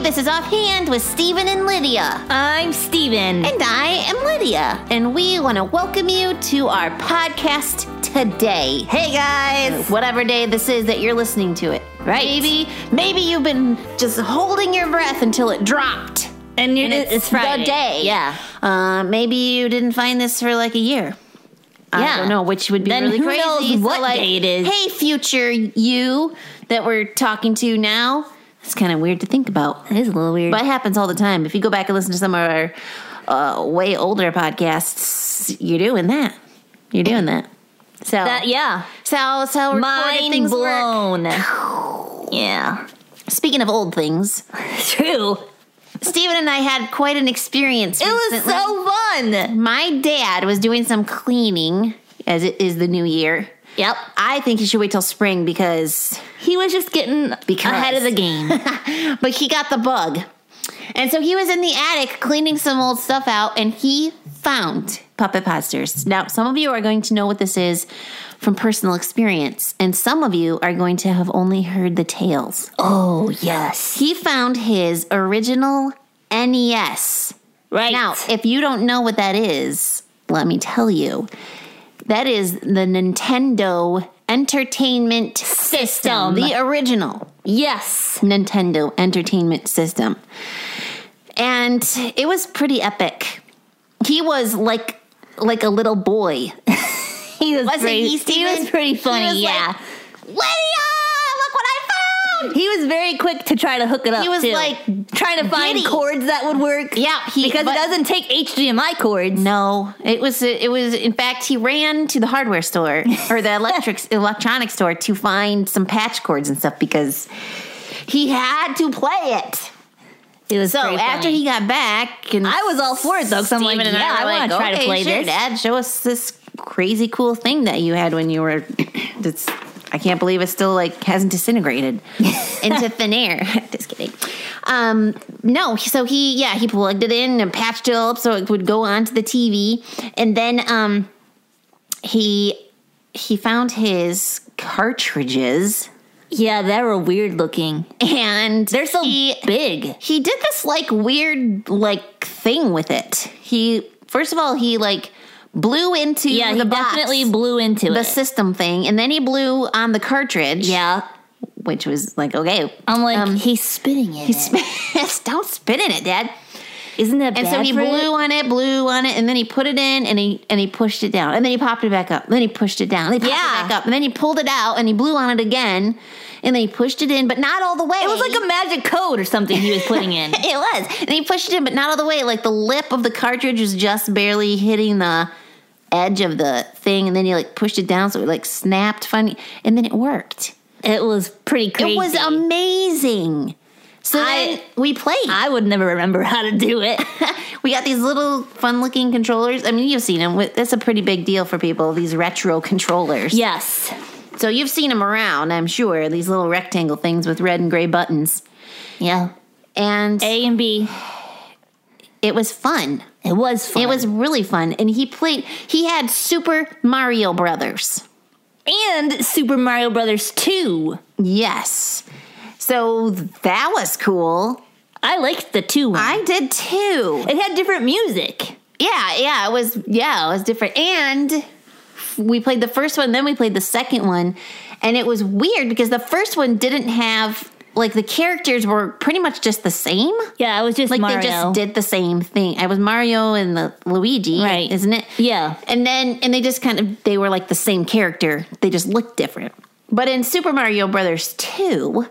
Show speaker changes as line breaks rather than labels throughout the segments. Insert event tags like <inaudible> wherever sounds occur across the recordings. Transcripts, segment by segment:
This is Offhand with Stephen and Lydia.
I'm Steven.
And I am Lydia, and we want to welcome you to our podcast today. Hey guys, whatever day this is that you're listening to it, right? Maybe, maybe you've been just holding your breath until it dropped.
And, you-
And
it's, Friday.
the day.
Yeah.
Uh, maybe you didn't find this for like a year. I
Yeah.
don't know, which would be
Then
really
who
crazy.
knows
So,
what
like,
day it is.
Hey, future you that we're talking to now. It's kind of weird to think about.
It is a little weird.
But it happens all the time. If you go back and listen to some of our uh, way older podcasts, you're doing that. You're doing that. So
that, uh, yeah.
So that's how recorded
Mind
things work.
<sighs> blown. yeah.
Speaking of old things,
True.
Stephen and I had quite an experience.
It was
recently.
so fun.
My dad was doing some cleaning as it is the new year.
Yep.
I think he should wait till spring because
He was just getting
Because.
ahead of the game.
<laughs> but he got the bug. And so he was in the attic cleaning some old stuff out and he found puppet posters. Now, some of you are going to know what this is from personal experience, and some of you are going to have only heard the tales.
<laughs> oh, yes.
He found his original NES.
Right.
Now, if you don't know what that is, let me tell you. That is the Nintendo Entertainment
System.
the original.
yes.
Nintendo Entertainment System. And it was pretty epic. He was like like a little boy.
He was,
Wasn't
pretty,
he,
he
Steven?
was pretty funny,
He was like,
yeah.
Lydia, look what I found.
He was very quick to try to hook it up.
He was,
too.
like,
trying to find
giddy.
chords that would work.
Yeah, he
because
but-
it doesn't take HDMI cords.
No, it was it was in fact he ran to the hardware
<laughs>
store or the electric electronic store to find some patch cords and stuff because he had to play it.
It was
So
very
after
funny.
he got back, and
I was all for it though, because I'm like,
Steven and
yeah, I,
were
want to
like,
try to
"Okay,
play
sure,
this.
Dad, show us this crazy cool thing that you had when you were. <clears throat> It's, I can't believe it still like hasn't
<laughs>
disintegrated into thin air. <laughs> Just kidding. Um, no, so he yeah he plugged it in and patched it all up so it would go onto the TV, and then um, he he found his cartridges
Yeah, they were weird looking.
and
They're so
he-
big.
he did this like weird like thing with it. He first of all he like blew into
Yeah,
the
he
box,
definitely blew into
the
it.
system thing, and then he blew on the cartridge.
yeah,
which was like okay, <laughs>
I'm like,
um,
he's spitting it. He's
don't spit in it, Dad.
Isn't that
And
bad
so he
for
blew
it?
on it, blew on it, and then he put it in, and he and he pushed it down, and then he popped it back up, and then he pushed it down, and he popped
Yeah.
it back up, and then he pulled it out, and he blew on it again, and then he pushed it in, but not all the way.
It was like a magic code or something he was
<laughs>
putting in.
It was. And he pushed it in, but not all the way. Like the lip of the cartridge was just barely hitting the edge of the thing. And then he like pushed it down so it like snapped funny. And then it worked.
it was pretty crazy.
It was amazing. So
I-
then we played.
I would never remember how to
<laughs>
do it.
we got these little fun looking controllers. I mean, you've seen them. That's a pretty big deal for people, these retro controllers.
yes.
So you've seen them around, I'm sure, these little rectangle things with red and gray buttons.
Yeah.
And
A and B.
it was fun.
It was fun.
It was really fun, and he played. He had Super Mario Brothers.
and Super Mario Brothers 2.
Yes, so that was cool.
I liked the 2 one.
I did too.
it had different music.
Yeah, yeah, it was. Yeah, it was different. And we played the first one, then we played the second one, and it was weird because the first one didn't have like the characters were pretty much just the same.
Yeah, it was just
Like
Mario.
they just did the same thing. I was Mario and the Luigi,
Right.
Isn't it?
Yeah.
And then and they just kind of they were like the same character. They just looked different. But in Super Mario Brothers 2,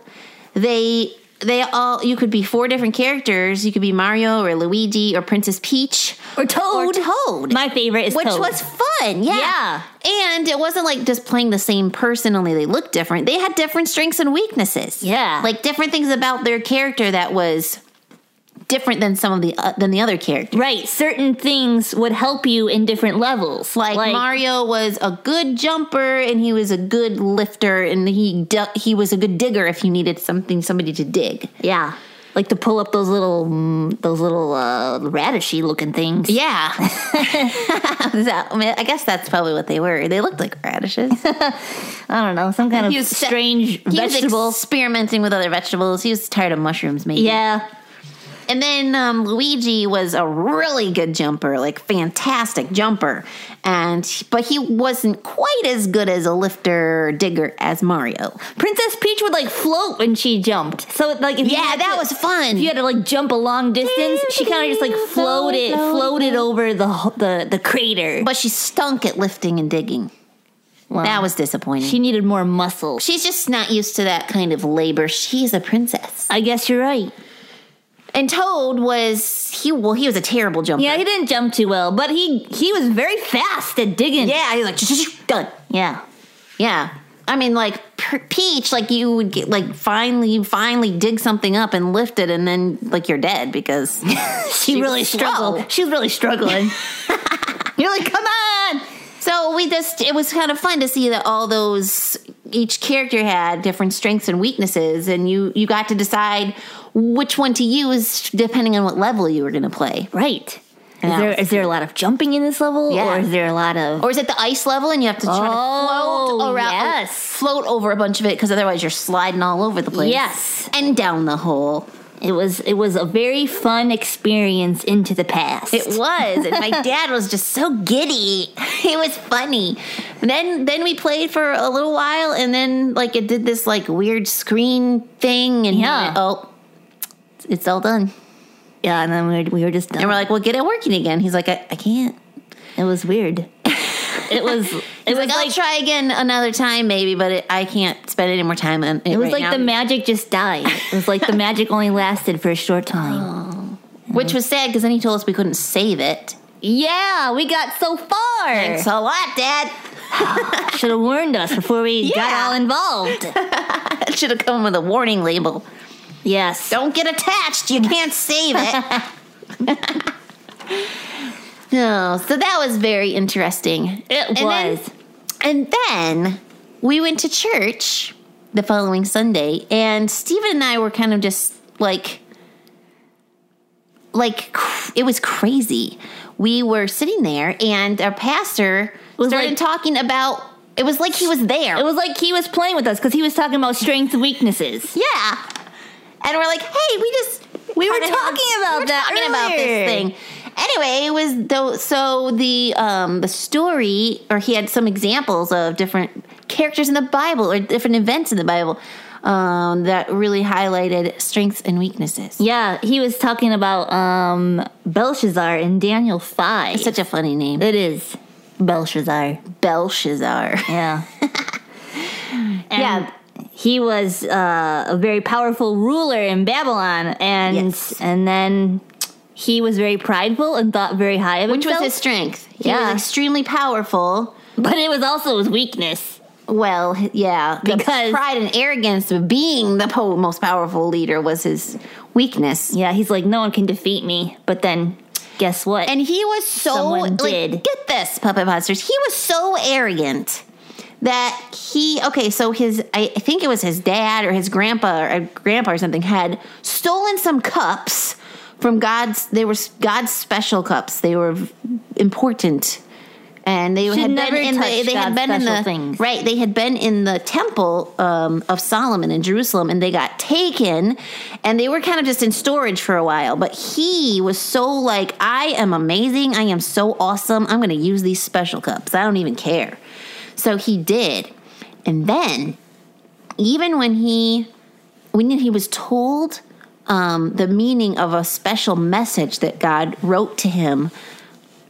they they all you could be four different characters. You could be Mario or Luigi or Princess Peach
Or Toad.
Or Toad.
My favorite is
which
Toad.
was fun. Yeah.
Yeah.
And it wasn't like just playing the same person only they looked different. They had different strengths and weaknesses.
Yeah.
Like different things about their character that was different than some of the uh, than the other characters.
Right, certain things would help you in different levels.
like, Mario was a good jumper and he was a good lifter and he du- he was a good digger if you needed something somebody to dig. <laughs>
yeah, like to pull up those little, mm, those little uh, radishy looking things.
Yeah, <laughs> That- I, mean, I guess that's probably what they were. They looked like radishes. <laughs>
I don't know, some kind of
He was-
strange
He was
vegetable.
experimenting with other vegetables. He was tired of mushrooms, maybe.
yeah,
And then um, Luigi was a really good jumper, like fantastic jumper, and but he wasn't quite as good as a lifter digger as Mario.
Princess Peach would like float when she jumped. So like, if you
Yeah,
had
that
to-
was fun.
If you had to like jump a long distance, she kind of just like floated, floated over the ho- the the crater.
But she stunk at lifting and digging.
Wow.
That was disappointing.
she needed more muscle.
She's just not used to that kind of labor. She's a princess.
I guess you're right.
And Toad was he well, he was a terrible jumper.
Yeah, he didn't jump too well, but he he was very fast at digging.
Yeah, he's like done.
yeah.
Yeah. I mean, like per- Peach, like you would get like finally, you finally dig something up and lift it, and then like you're dead
<laughs>
because
She, really
was slow.
struggled. She was really <laughs> struggling. you're like, come on.
So we just it was kind of fun to see that all those each character had different strengths and weaknesses, and you you got to decide which one to use depending on what level you were going to play.
Right. Is
Yeah.
there is there a lot of jumping in this level,
Yeah.
or is there a lot of
Or is it the ice level, and you have to try to
Oh,
float around,
yes.
float over a bunch of it because otherwise you're sliding all over the place.
Yes.
and down the hole.
It was it was a very fun experience into the past.
It was, and <laughs> my dad was just so giddy. <laughs> It was funny. And then then we played for a little while, and then like it did this like weird screen thing, and he
Yeah.
went, oh, it's all done.
yeah, and then we were, we were just done.
And we're like, well, get it working again. He's like, I, I can't.
it was <laughs> weird. it was it
<laughs> He's
was
like, I'll
like
try again another time, maybe, but it, I can't spend any more time on it.
it was
right
like
now.
the magic just died. It was like the magic only lasted for a short time.
which was sad because then he told us we couldn't save it.
Yeah, we got so far.
Thanks a lot, Dad. <laughs>
Should have warned us before we got
Yeah.
all <laughs> involved.
That should have come with a warning label.
yes.
Don't get attached. You can't save it. <laughs> no, Oh, so that was very interesting.
It was.
Then, and then we went to church the following Sunday, and Stephen and I were kind of just like, like cr- it was crazy. We were sitting there, and our pastor
was
started
like-
talking about. It was like he was there.
It was like he was playing with us because he was talking about strengths and weaknesses.
Yeah. And we're like, hey, we just we
were talking about
we were
that
talking about
earlier.
this thing. Anyway, it was though so the um the story or he had some examples of different characters in the Bible or different events in the Bible um that really highlighted strengths and weaknesses.
Yeah, he was talking about um Belshazzar in Daniel 5.
Such a funny name.
It is Belshazzar.
Belshazzar. <laughs>
Yeah. and
Yeah.
He was uh, a very powerful ruler in Babylon, and
Yes.
and then he was very prideful and thought very high of
Which was
himself.
his strength. He
Yeah.
was extremely powerful.
but it was also his weakness.
Well, yeah, the
Because-
pride and arrogance of being the po- most powerful leader was his weakness.
Yeah, he's like, no one can defeat me. But then, guess what?
And he was so
Someone
like,
did.
get this, puppet monsters. He was so arrogant that he okay. So his I, I think it was his dad or his grandpa or uh, grandpa or something had stolen some cups from God's. They were s- God's special cups. They were v- important. And they had
never
been in the
touch
they had
God's
been in
special
the
things.
right they had been in the temple um, of Solomon in Jerusalem and they got taken and they were kind of just in storage for a while but he was so like I am amazing I am so awesome I'm going to use these special cups I don't even care so he did and then even when he when he was told um, the meaning of a special message that God wrote to him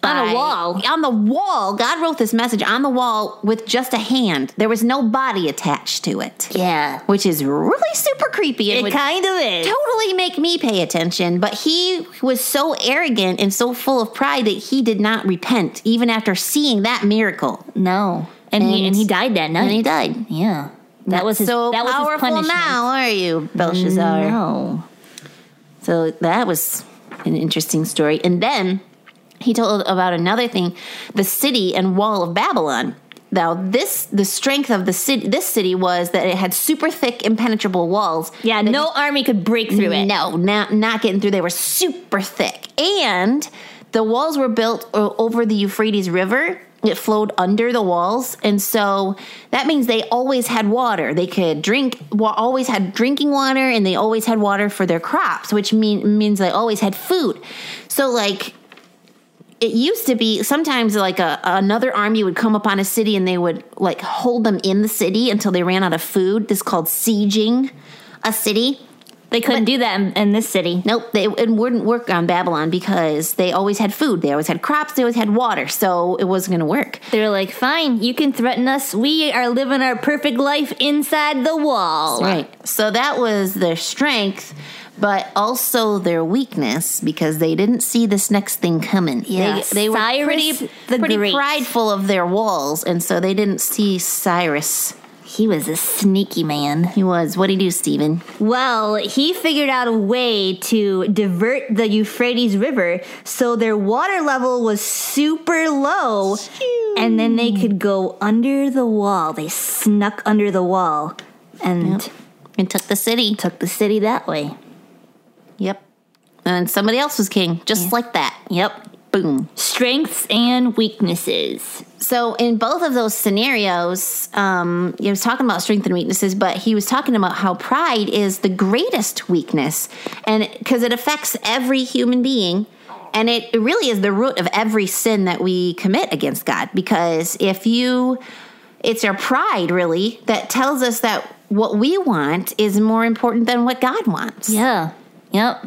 On
by-
a wall.
On the wall. God wrote this message on the wall with just a hand. There was no body attached to it,
yeah,
which is really super creepy. and
it
would
kind of is.
totally make me pay attention. But he was so arrogant and so full of pride that he did not repent, even after seeing that miracle.
No, and, he
And-
and he died that night.
And he died.
yeah, Mm. that was his.
so
that was his
powerful
punishment.
now, are you, Belshazzar?
No.
So that was an interesting story. And then he told about another thing, the city and wall of Babylon. Now this the strength of the city this city was that it had super thick impenetrable walls.
Yeah,
that
no army could break through it.
no, not not getting through. They were super thick, and the walls were built o- over the uh, Euphrates River, It flowed under the walls, and so that means they always had water. They could drink, wa- always had drinking water, and they always had water for their crops, which mean, means they always had food. So, like, it used to be sometimes like a, another army would come upon a city and they would like hold them in the city until they ran out of food. This is called sieging a city.
They couldn't do that in, in this city.
Nope, they, it wouldn't work on Babylon because they always had food. They always had crops. They always had water. So it wasn't going to work.
They were like, fine, you can threaten us. We are living our perfect life inside the wall.
Right. So that was their strength, but also their weakness because they didn't see this next thing coming.
Yeah,
They, they were
Cyrus
pretty,
the
pretty
Great.
prideful of their walls, and so they didn't see Cyrus.
He was a sneaky man.
He was. What did he do, Stephen?
Well, he figured out a way to divert the Euphrates River so their water level was super low. And then they could go under the wall. They snuck under the wall and
And took the city.
took the city that way.
Yep. And somebody else was king, just like that.
Yep.
Boom.
Strengths and weaknesses.
So in both of those scenarios, um, he was talking about strength and weaknesses, but he was talking about how pride is the greatest weakness, and because it affects every human being, and it it really is the root of every sin that we commit against God. Because if you, it's our pride really that tells us that what we want is more important than what God wants.
Yeah. Yep.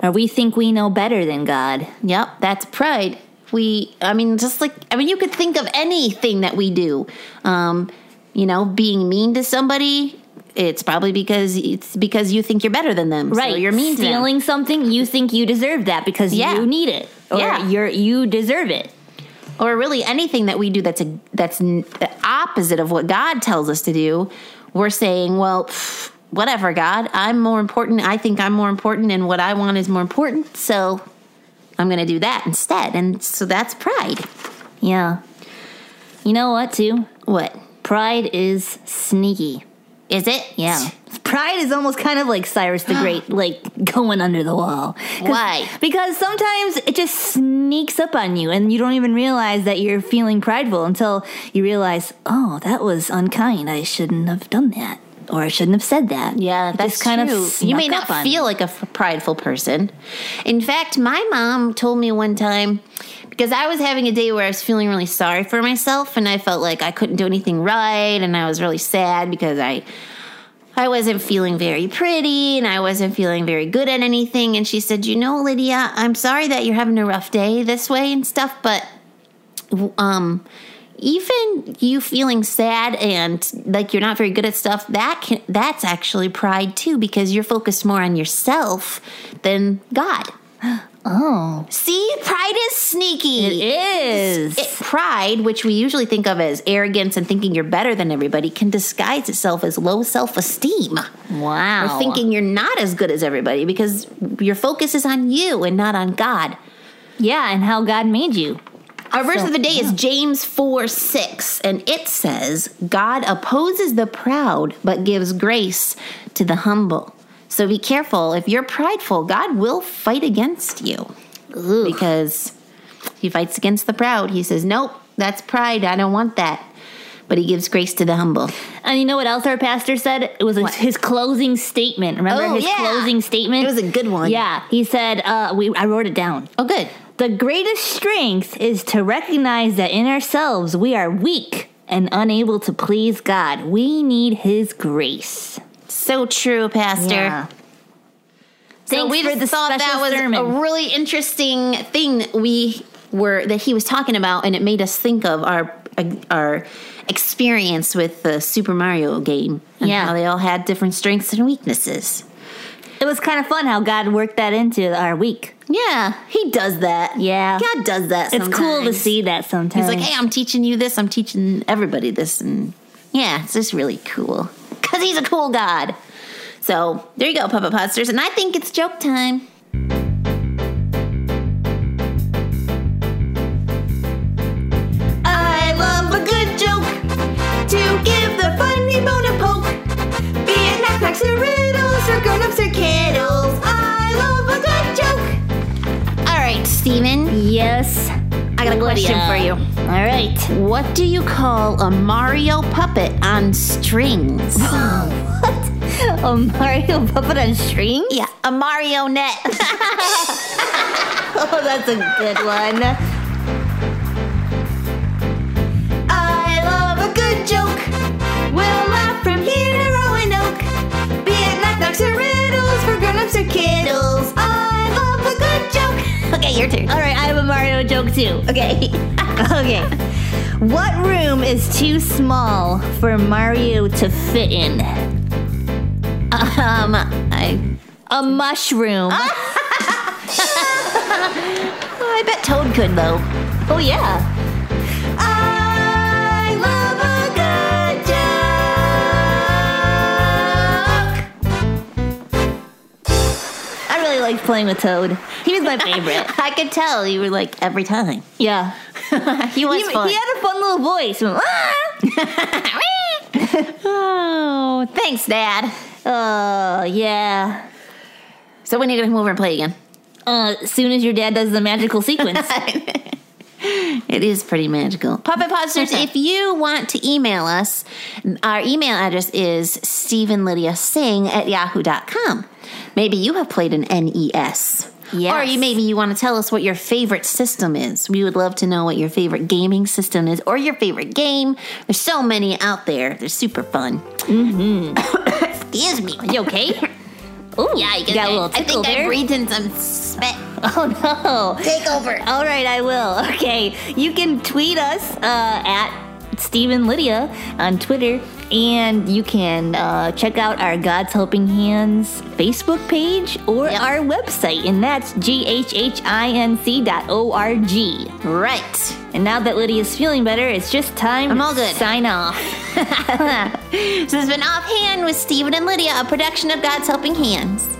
Or we think we know better than God.
Yep, that's pride. We, I mean, just like, I mean, you could think of anything that we do. Um, you know, being mean to somebody, it's probably because it's because you think you're better than them. So you're mean
Stealing something, you think you deserve that because
Yeah.
you need it. Or
Yeah.
you're you deserve it.
to them. Or really anything that we do that's a, that's n- the opposite of what God tells us to do. We're saying, well, pff, whatever, God, I'm more important. I think I'm more important and what I want is more important. So I'm going to do that instead. And so that's pride.
Yeah. You know what, too?
What?
Pride is sneaky.
Is it?
Yeah. Pride is almost kind of like Cyrus <gasps> the Great, like going under the wall. 'Cause-
Why?
Because sometimes it just sneaks up on you and you don't even realize that you're feeling prideful until you realize, oh, that was unkind. I shouldn't have done that. Or I shouldn't have said that.
Yeah,
It
that's
just kind
true.
of
you may
snuck
not
up on
feel
you.
like a f- prideful person. In fact, my mom told me one time because I was having a day where I was feeling really sorry for myself and I felt like I couldn't do anything right and I was really sad because I I wasn't feeling very pretty and I wasn't feeling very good at anything and she said, "You know, Lydia, I'm sorry that you're having a rough day this way and stuff, but um even you feeling sad and like you're not very good at stuff that can that's actually pride too because you're focused more on yourself than god
Oh,
see pride is sneaky
it is.
It- pride which we usually think of as arrogance and thinking you're better than everybody can disguise itself as low self-esteem
wow.
or thinking you're not as good as everybody because your focus is on you and not on god
Yeah, and how God made you.
Our verse of the day is James 4 6, and it says, God opposes the proud, but gives grace to the humble. So be careful. If you're prideful, God will fight against you because he fights against the proud. He says, Nope, that's pride. I don't want that. But he gives grace to the humble.
And you know what else our pastor said? It was his closing statement. Remember
Oh,
his
yeah.
closing statement?
It was a good one.
Yeah, he said. Uh, we I wrote it down.
Oh, good.
The greatest strength is to recognize that in ourselves we are weak and unable to please God. We need His grace.
So true, Pastor.
Thanks
so we
for
just
the
thought
special
that was
sermon.
a really interesting thing that we were that he was talking about, and it made us think of our our experience with the Super Mario game and
Yeah.
how they all had different strengths and weaknesses.
it was kind of fun how God worked that into our week.
Yeah, he does that.
Yeah.
God does that.
It's cool to
sometimes.
see that
He's
sometimes.
like, hey, I'm teaching you this. I'm teaching everybody this, and yeah, it's just really cool because he's a cool God. So there you go, Puppet Podsters, and I think it's joke time. I love a good joke to give the funny bone a poke. Be it knackknacks or riddles or grown-ups or kiddles. I love a good joke. All right, Steven,
yes.
I got a question for you.
All right. <laughs>
What do you call a Mario puppet on strings?
what? A Mario puppet on string?
<laughs> yeah, a marionette.
Oh, <laughs> that's a good one. <laughs> I love a good joke. We'll laugh from here to Roanoke. Be it knock-knocks or riddles for grown-ups or kiddles. I love a good
<laughs>
joke.
okay, your turn.
All right, I have a Mario joke too. Okay. <laughs> okay. What room is too small for Mario to fit in?
Um, I,
A mushroom. <laughs> Oh,
I bet Toad could though.
Oh yeah. I love a good joke. I really liked playing with Toad. He was
<laughs>
my favorite.
I could tell you were like every time.
yeah.
He was
He, he
fun.
had a fun little voice. <laughs> Ah!
Oh, thanks, Dad.
Oh yeah.
So when are you gonna come over and play again?
Uh, as soon as your dad does the magical sequence.
<laughs> It is pretty magical. Puppet Podsters, if you want to email us, our email address is stephenlydiasing at yahoo.com. Maybe you have played an NES.
Yes.
Or you maybe you want to tell us what your favorite system is. We would love to know what your favorite gaming system is or your favorite game. There's so many out there. They're super fun. Mm-hmm. <coughs> Excuse me.
you okay? Oh
Yeah, I,
you
guess I,
got a little
I
tickle
think I
there.
breathed in some spit. <laughs>
oh no.
Take over.
All right, I will. <laughs> Okay, you can tweet us uh, at Stephen Lydia on Twitter, and you can uh, check out our God's Helping Hands Facebook page or
Yep.
our website, and that's ghhinc dot org.
Right.
And now that Lydia's feeling better, it's just time
I'm all
to
good.
sign off.
This has been Offhand with Stephen and Lydia, a production of God's Helping Hands.